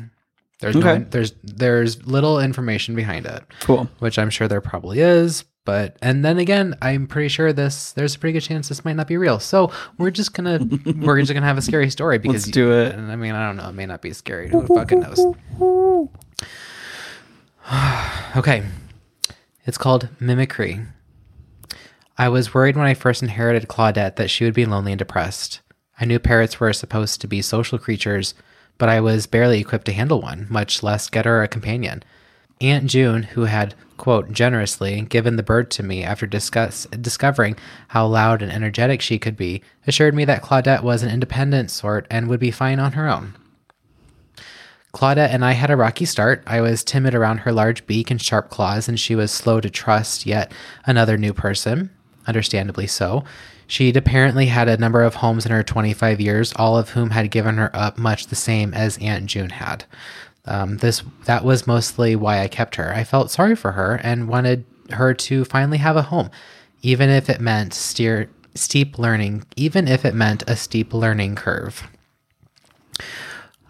There's
Okay.
no there's there's little information behind it,
Cool.
which I'm sure there probably is. But and then again, I'm pretty sure this there's a pretty good chance this might not be real. So we're just gonna
<laughs>
we're just gonna have a scary story because
Let's do it.
And I mean, I don't know, it may not be scary. Who fucking knows? <sighs> okay, it's called mimicry. I was worried when I first inherited Claudette that she would be lonely and depressed. I knew parrots were supposed to be social creatures, but I was barely equipped to handle one, much less get her a companion. Aunt June, who had, quote, generously given the bird to me after discuss- discovering how loud and energetic she could be, assured me that Claudette was an independent sort and would be fine on her own. Claudette and I had a rocky start. I was timid around her large beak and sharp claws, and she was slow to trust yet another new person, understandably so. She'd apparently had a number of homes in her 25 years, all of whom had given her up much the same as Aunt June had. Um, this that was mostly why I kept her. I felt sorry for her and wanted her to finally have a home, even if it meant steer, steep learning, even if it meant a steep learning curve.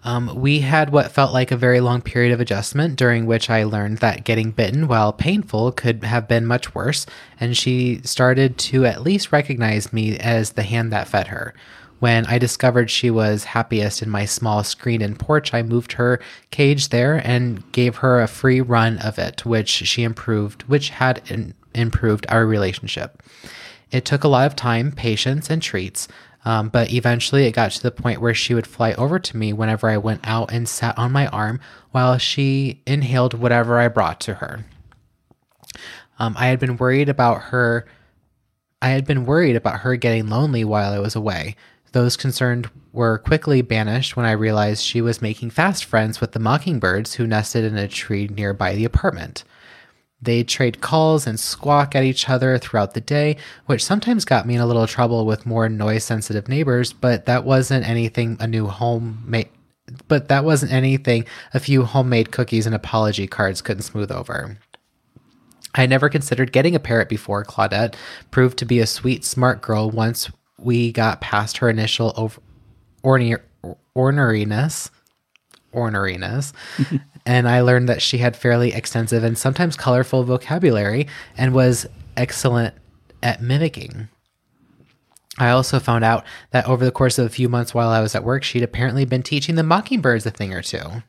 Um, we had what felt like a very long period of adjustment during which I learned that getting bitten, while painful, could have been much worse, and she started to at least recognize me as the hand that fed her. When I discovered she was happiest in my small screen and porch, I moved her cage there and gave her a free run of it, which she improved, which had in- improved our relationship. It took a lot of time, patience, and treats, um, but eventually it got to the point where she would fly over to me whenever I went out and sat on my arm while she inhaled whatever I brought to her. Um, I had been worried about her. I had been worried about her getting lonely while I was away. Those concerned were quickly banished when I realized she was making fast friends with the mockingbirds who nested in a tree nearby the apartment. They'd trade calls and squawk at each other throughout the day, which sometimes got me in a little trouble with more noise sensitive neighbors, but that wasn't anything a new home made. But that wasn't anything a few homemade cookies and apology cards couldn't smooth over. I never considered getting a parrot before Claudette proved to be a sweet, smart girl once we got past her initial over- ornery- orneriness. Orneriness. and I learned that she had fairly extensive and sometimes colorful vocabulary and was excellent at mimicking. I also found out that over the course of a few months while I was at work, she'd apparently been teaching the mockingbirds a thing or two.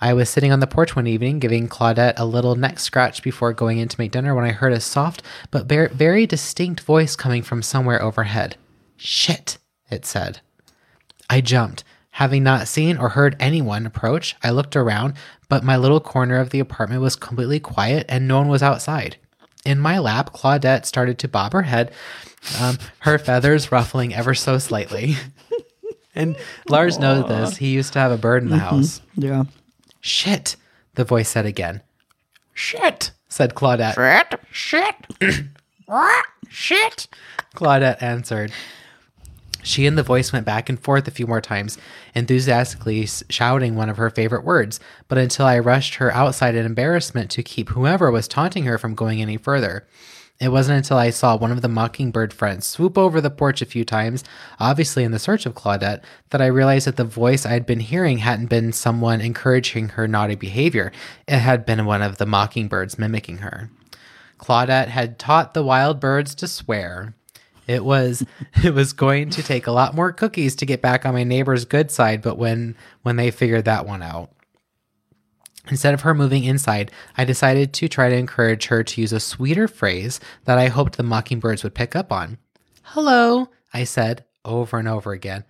I was sitting on the porch one evening giving Claudette a little neck scratch before going in to make dinner when I heard a soft but ver- very distinct voice coming from somewhere overhead. Shit, it said. I jumped. Having not seen or heard anyone approach, I looked around, but my little corner of the apartment was completely quiet and no one was outside. In my lap, Claudette started to bob her head, um, her feathers ruffling ever so slightly. <laughs> and Lars knows this. He used to have a bird in the house.
Yeah.
Shit, the voice said again. Shit, said Claudette.
Brett?
Shit. Shit. Claudette answered. She and the voice went back and forth a few more times, enthusiastically s- shouting one of her favorite words, but until I rushed her outside in embarrassment to keep whoever was taunting her from going any further. It wasn't until I saw one of the mockingbird friends swoop over the porch a few times, obviously in the search of Claudette, that I realized that the voice I'd been hearing hadn't been someone encouraging her naughty behavior. It had been one of the mockingbirds mimicking her. Claudette had taught the wild birds to swear. It was <laughs> it was going to take a lot more cookies to get back on my neighbor's good side, but when when they figured that one out. Instead of her moving inside, I decided to try to encourage her to use a sweeter phrase that I hoped the mockingbirds would pick up on. Hello, I said over and over again.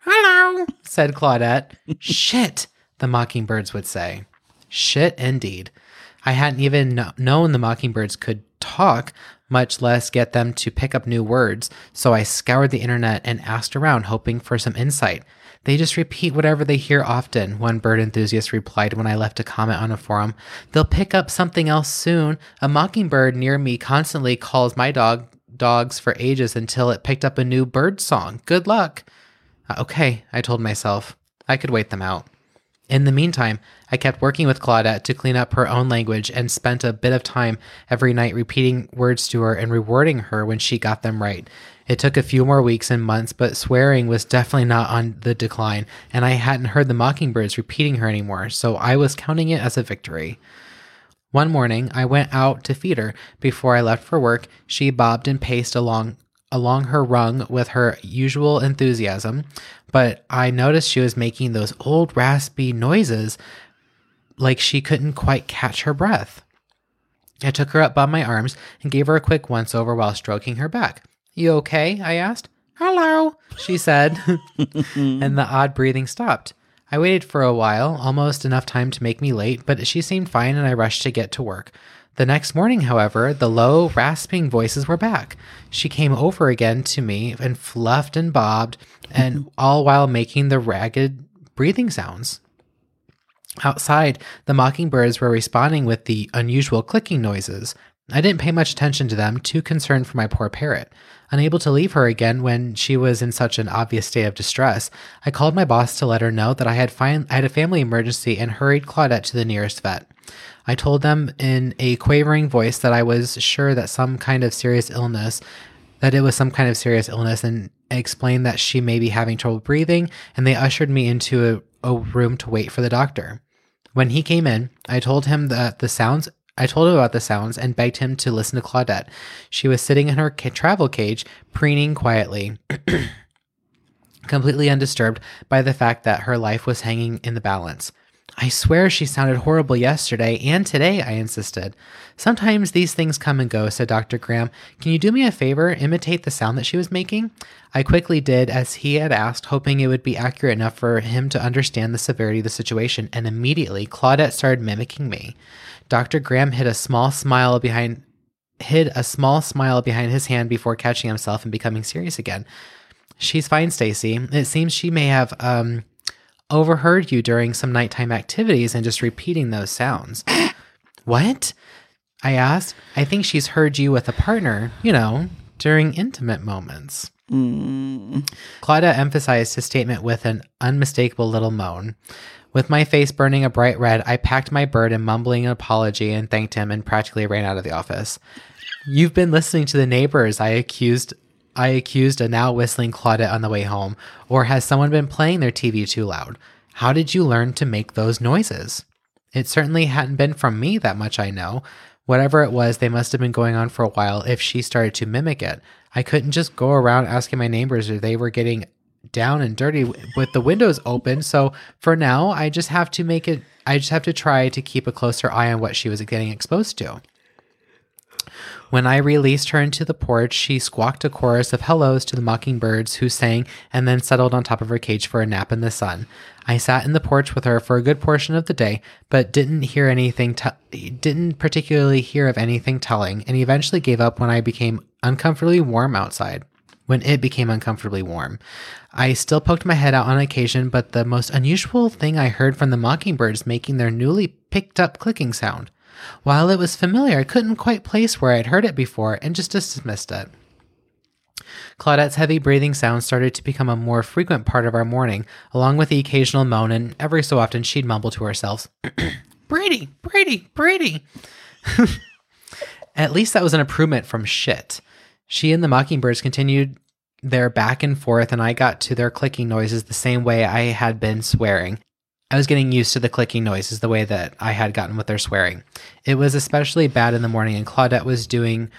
Hello, said Claudette. <laughs> Shit, the mockingbirds would say. Shit, indeed. I hadn't even kno- known the mockingbirds could talk, much less get them to pick up new words, so I scoured the internet and asked around, hoping for some insight. They just repeat whatever they hear often, one bird enthusiast replied when I left a comment on a forum. They'll pick up something else soon. A mockingbird near me constantly calls my dog dogs for ages until it picked up a new bird song. Good luck. Uh, Okay, I told myself. I could wait them out. In the meantime, I kept working with Claudette to clean up her own language and spent a bit of time every night repeating words to her and rewarding her when she got them right. It took a few more weeks and months, but swearing was definitely not on the decline, and I hadn't heard the mockingbirds repeating her anymore, so I was counting it as a victory. One morning, I went out to feed her. Before I left for work, she bobbed and paced along along her rung with her usual enthusiasm, but I noticed she was making those old raspy noises like she couldn't quite catch her breath. I took her up by my arms and gave her a quick once over while stroking her back. You okay? I asked. Hello, she said, <laughs> and the odd breathing stopped. I waited for a while, almost enough time to make me late, but she seemed fine and I rushed to get to work. The next morning, however, the low, rasping voices were back. She came over again to me and fluffed and bobbed, and all while making the ragged breathing sounds. Outside, the mockingbirds were responding with the unusual clicking noises. I didn't pay much attention to them, too concerned for my poor parrot. Unable to leave her again when she was in such an obvious state of distress, I called my boss to let her know that I had, fin- I had a family emergency and hurried Claudette to the nearest vet. I told them in a quavering voice that I was sure that some kind of serious illness that it was some kind of serious illness and explained that she may be having trouble breathing, and they ushered me into a, a room to wait for the doctor. When he came in, I told him that the sounds I told him about the sounds and begged him to listen to Claudette. She was sitting in her ca- travel cage, preening quietly, completely undisturbed by the fact that her life was hanging in the balance. I swear she sounded horrible yesterday and today, I insisted. Sometimes these things come and go, said Dr. Graham. Can you do me a favor, imitate the sound that she was making? I quickly did as he had asked, hoping it would be accurate enough for him to understand the severity of the situation, and immediately Claudette started mimicking me. Dr. Graham hid a small smile behind hid a small smile behind his hand before catching himself and becoming serious again. She's fine, Stacy. It seems she may have um overheard you during some nighttime activities and just repeating those sounds. <gasps> What? I asked. I think she's heard you with a partner, you know, during intimate moments.
Mm.
Claudia emphasized his statement with an unmistakable little moan. With my face burning a bright red, I packed my burden, mumbling an apology, and thanked him and practically ran out of the office. You've been listening to the neighbors, I accused I accused a now whistling Claudette on the way home, or has someone been playing their TV too loud? How did you learn to make those noises? It certainly hadn't been from me that much I know. Whatever it was, they must have been going on for a while if she started to mimic it. I couldn't just go around asking my neighbors if they were getting down and dirty w- with the windows open. So for now, I just have to make it, I just have to try to keep a closer eye on what she was getting exposed to. When I released her into the porch, she squawked a chorus of hellos to the mockingbirds who sang and then settled on top of her cage for a nap in the sun. I sat in the porch with her for a good portion of the day, but didn't hear anything t- didn't particularly hear of anything telling and eventually gave up when I became uncomfortably warm outside. When it became uncomfortably warm, I still poked my head out on occasion, but the most unusual thing I heard from the mockingbirds making their newly picked up clicking sound. While it was familiar, I couldn't quite place where I'd heard it before and just dismissed it. Claudette's heavy breathing sound started to become a more frequent part of our morning, along with the occasional moan, and every so often she'd mumble to herself, <clears throat> Brady, Brady, Brady. <laughs> At least that was an improvement from shit. She and the mockingbirds continued their back and forth, and I got to their clicking noises the same way I had been swearing. I was getting used to the clicking noises the way that I had gotten with their swearing. It was especially bad in the morning, and Claudette was doing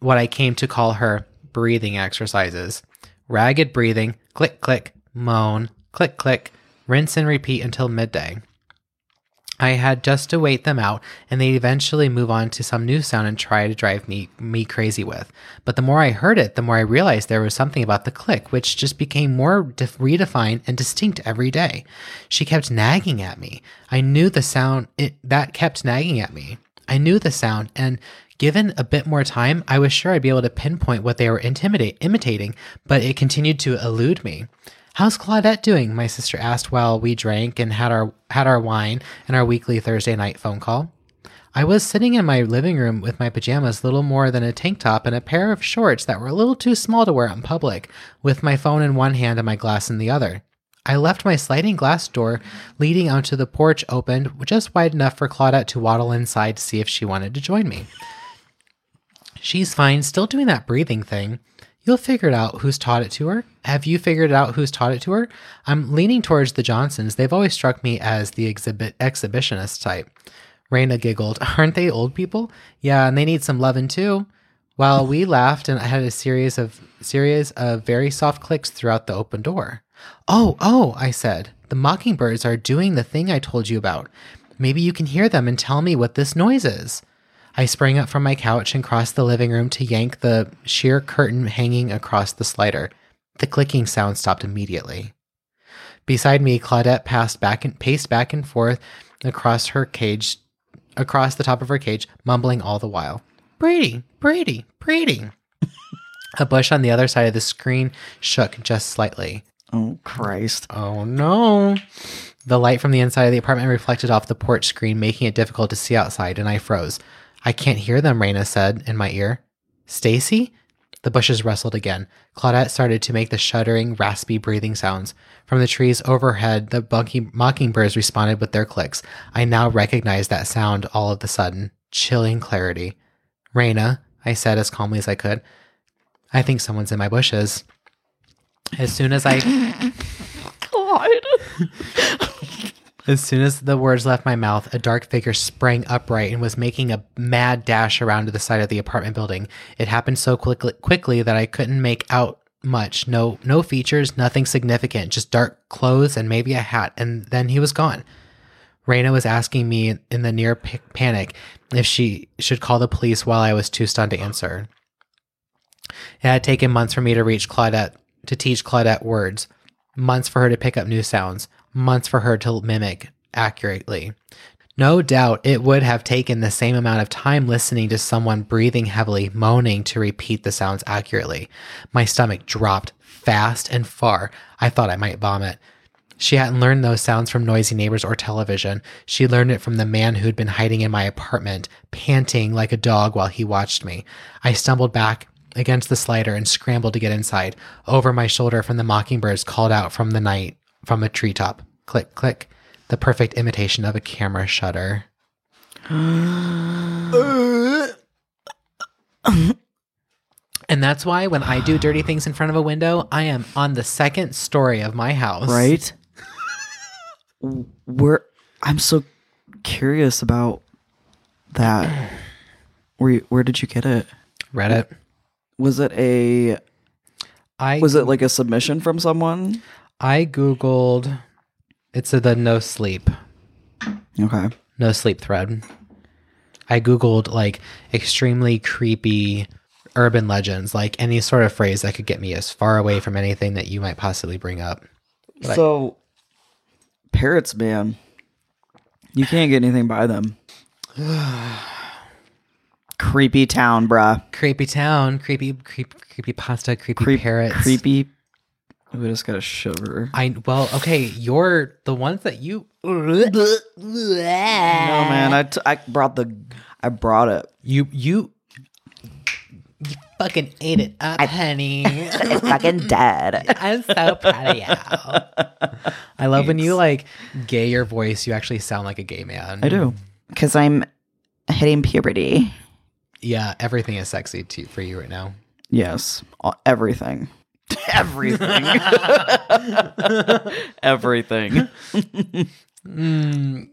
what I came to call her breathing exercises ragged breathing, click, click, moan, click, click, rinse and repeat until midday. I had just to wait them out, and they'd eventually move on to some new sound and try to drive me me crazy with. But the more I heard it, the more I realized there was something about the click, which just became more def- redefined and distinct every day. She kept nagging at me. I knew the sound it, that kept nagging at me. I knew the sound, and given a bit more time, I was sure I'd be able to pinpoint what they were intimidate, imitating, but it continued to elude me. How's Claudette doing? My sister asked while we drank and had our had our wine and our weekly Thursday night phone call. I was sitting in my living room with my pajamas, little more than a tank top and a pair of shorts that were a little too small to wear out in public, with my phone in one hand and my glass in the other. I left my sliding glass door leading onto the porch opened, just wide enough for Claudette to waddle inside to see if she wanted to join me. She's fine, still doing that breathing thing. You'll figure it out who's taught it to her. Have you figured out who's taught it to her? I'm leaning towards the Johnsons. They've always struck me as the exhibit exhibitionist type. Raina giggled. <laughs> Aren't they old people? Yeah, and they need some lovin' too. While we laughed and I had a series of series of very soft clicks throughout the open door. Oh, oh, I said. The mockingbirds are doing the thing I told you about. Maybe you can hear them and tell me what this noise is. I sprang up from my couch and crossed the living room to yank the sheer curtain hanging across the slider. The clicking sound stopped immediately. Beside me, Claudette passed back and paced back and forth across her cage, across the top of her cage, mumbling all the while. Brady, Brady, Brady. <laughs> A bush on the other side of the screen shook just slightly.
Oh Christ!
Oh no. The light from the inside of the apartment reflected off the porch screen, making it difficult to see outside, and I froze. I can't hear them, Raina said in my ear. Stacy? The bushes rustled again. Claudette started to make the shuddering, raspy breathing sounds. From the trees overhead, the bunky- mockingbirds responded with their clicks. I now recognized that sound all of the sudden. Chilling clarity. Raina, I said as calmly as I could, I think someone's in my bushes. As soon as I
God.
As soon as the words left my mouth, a dark figure sprang upright and was making a mad dash around to the side of the apartment building. It happened so quickly, quickly that I couldn't make out much. No, no features, nothing significant, just dark clothes and maybe a hat. And then he was gone. Raina was asking me in the near p- panic if she should call the police while I was too stunned to answer. It had taken months for me to reach Claudette, to teach Claudette words, months for her to pick up new sounds, months for her to mimic accurately. No doubt it would have taken the same amount of time listening to someone breathing heavily, moaning to repeat the sounds accurately. My stomach dropped fast and far. I thought I might vomit. She hadn't learned those sounds from noisy neighbors or television. She learned it from the man who'd been hiding in my apartment, panting like a dog while he watched me. I stumbled back against the slider and scrambled to get inside. Over my shoulder from the mockingbirds called out from the night from a treetop. Click, click. The perfect imitation of a camera shutter. <gasps> And that's why when I do dirty things in front of a window, I am on the second story of my house.
right? Where I'm so curious about that. Where you, where did you get it?
Reddit.
Was it a
I
was it like a submission from someone?
I googled it said the no sleep.
Okay.
No sleep thread. I googled like extremely creepy urban legends, like any sort of phrase that could get me as far away from anything that you might possibly bring up. Like-
so parrots, man. You can't get anything by them. <sighs> Creepy town, bruh.
Creepy town, creepy creep creepy pasta, creepy
Creep-
parrots.
Creepy. We just got a shiver.
I well, okay, you're the ones that you
No, man. I, t- I brought the. I brought it.
you you you fucking ate it up, honey.
<laughs> It's fucking dead.
<laughs> I'm so proud of you. I love when you like gay your voice. You actually sound like a gay man.
I do.
because I'm hitting puberty.
Yeah, everything is sexy to, for you right now.
Yes. All- Everything. <laughs> Everything. <laughs> Everything.
Mm.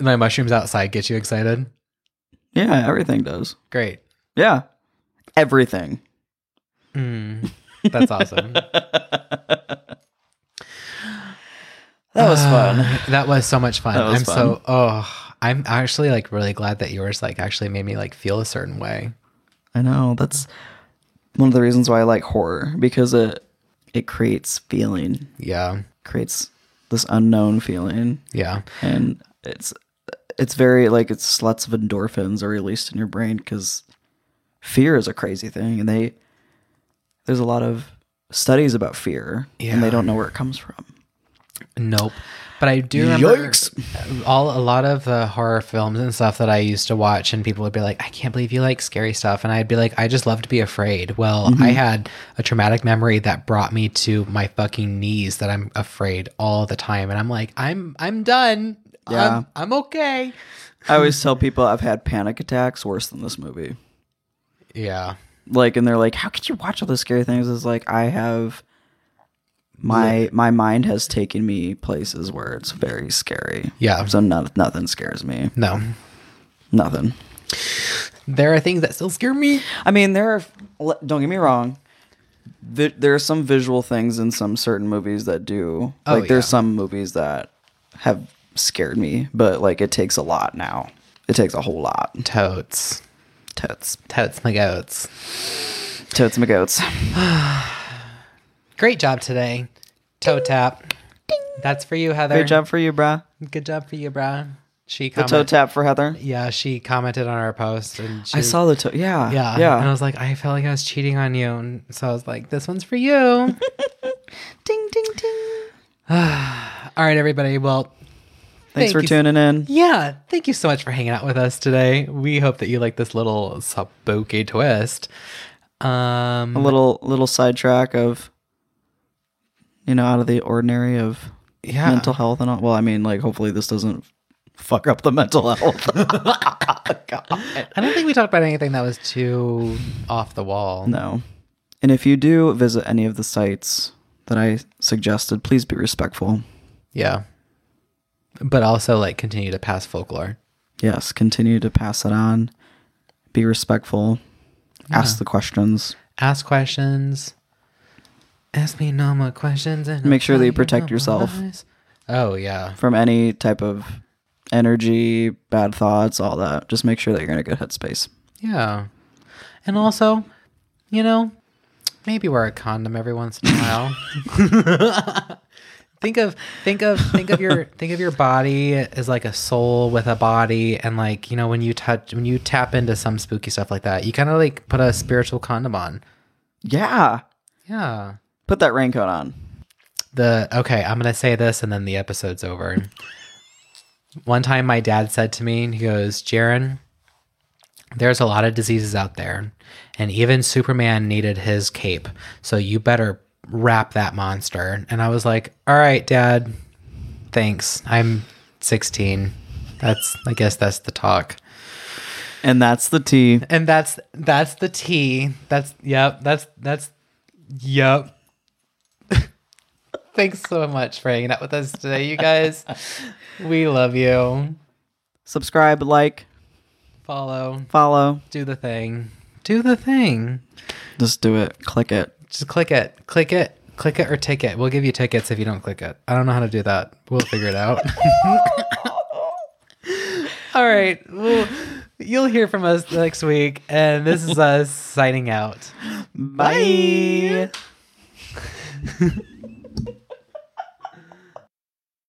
My mushrooms outside get you excited.
Yeah, everything does.
Great.
Yeah. Everything.
Mm, that's
<laughs>
awesome.
That was <sighs> fun. <laughs>
<sighs> that was so much fun.
That was
I'm so oh, I'm actually like really glad that yours like actually made me like feel a certain way.
I know. That's one of the reasons why I like horror because it it creates feeling,
Yeah,
creates this unknown feeling,
yeah.
and it's it's very like it's lots of endorphins are released in your brain because fear is a crazy thing, and they there's a lot of studies about fear, and
Yeah.
they don't know where it comes from.
Nope. But I do remember all a lot of the horror films and stuff that I used to watch, and people would be like, "I can't believe you like scary stuff," and I'd be like, "I just love to be afraid." Well,
Mm-hmm.
I had a traumatic memory that brought me to my fucking knees that I'm afraid all the time, and I'm like, "I'm I'm done.
Yeah.
I'm, I'm okay."
I always tell people I've had panic attacks worse than this movie.
Yeah,
like and they're like how could you watch all those scary things is like i have my my mind has taken me places where it's very scary
Yeah.
so not, nothing scares me
no,
nothing
there are things that still scare me.
i mean there are le- don't get me wrong vi- there are some visual things in some certain movies that do
Oh,
like there's
yeah.
some movies that have scared me but like it takes a lot now it takes a whole lot
Totes,
totes
totes, my goats.
totes my goats
Great job today, toe tap. That's for you, Heather.
great job for you bruh
Good job for you, brah. She
the
commented.
toe tap for heather
yeah, she commented on our post, and she
I saw the toe. Yeah.
Yeah,
Yeah.
And I was like, I felt like I was cheating on you, and so I was like, this one's for
<laughs>
you.
Ding ding ding.
<sighs> All right, everybody. Well, Thank
Thanks for
you.
tuning in.
yeah, thank you so much for hanging out with us today. We hope that you like this little spooky twist. Um,
A little little sidetrack of you know, out of the ordinary of
yeah,
mental health and all well, I mean like hopefully this doesn't fuck up the mental health.
I don't think we talked about anything that was too off the wall.
no. And if you do visit any of the sites that I suggested, please be respectful.
Yeah, but also like continue to pass folklore.
Yes, continue to pass it on. Be respectful. Ask the questions.
Ask questions. Ask me no more questions, and
Make sure that you
I'll tell
protect
no
yourself.
lies. Oh yeah,
from any type of energy, bad thoughts, all that. Just make sure that you're in a good headspace.
Yeah. And also, you know, maybe wear a condom every once in a while. <laughs> think of think of think of your <laughs> think of your body as like a soul with a body and like, you know, when you touch when you tap into some spooky stuff like that, you kind of like put a spiritual condom on.
Yeah.
Yeah.
Put that raincoat on.
the okay, I'm gonna say this and then the episode's over. One time my dad said to me, he goes, Jaron, there's a lot of diseases out there, and even Superman needed his cape. So you better wrap that monster. And I was like, All right, Dad, thanks. I'm sixteen. That's I guess that's the talk.
And that's the tea.
And that's that's the T. That's yep. That's that's yep. <laughs> Thanks so much for hanging out with us today, you guys. we love you.
Subscribe, like,
Follow.
follow.
Do the thing. Do the thing.
Just do it. Click it.
Just click it. Click it. Click it or tick it. We'll give you tickets if you don't click it. I don't know how to do that. We'll figure it out. <laughs> All right. Well, you'll hear from us next week. And this is us signing out.
Bye.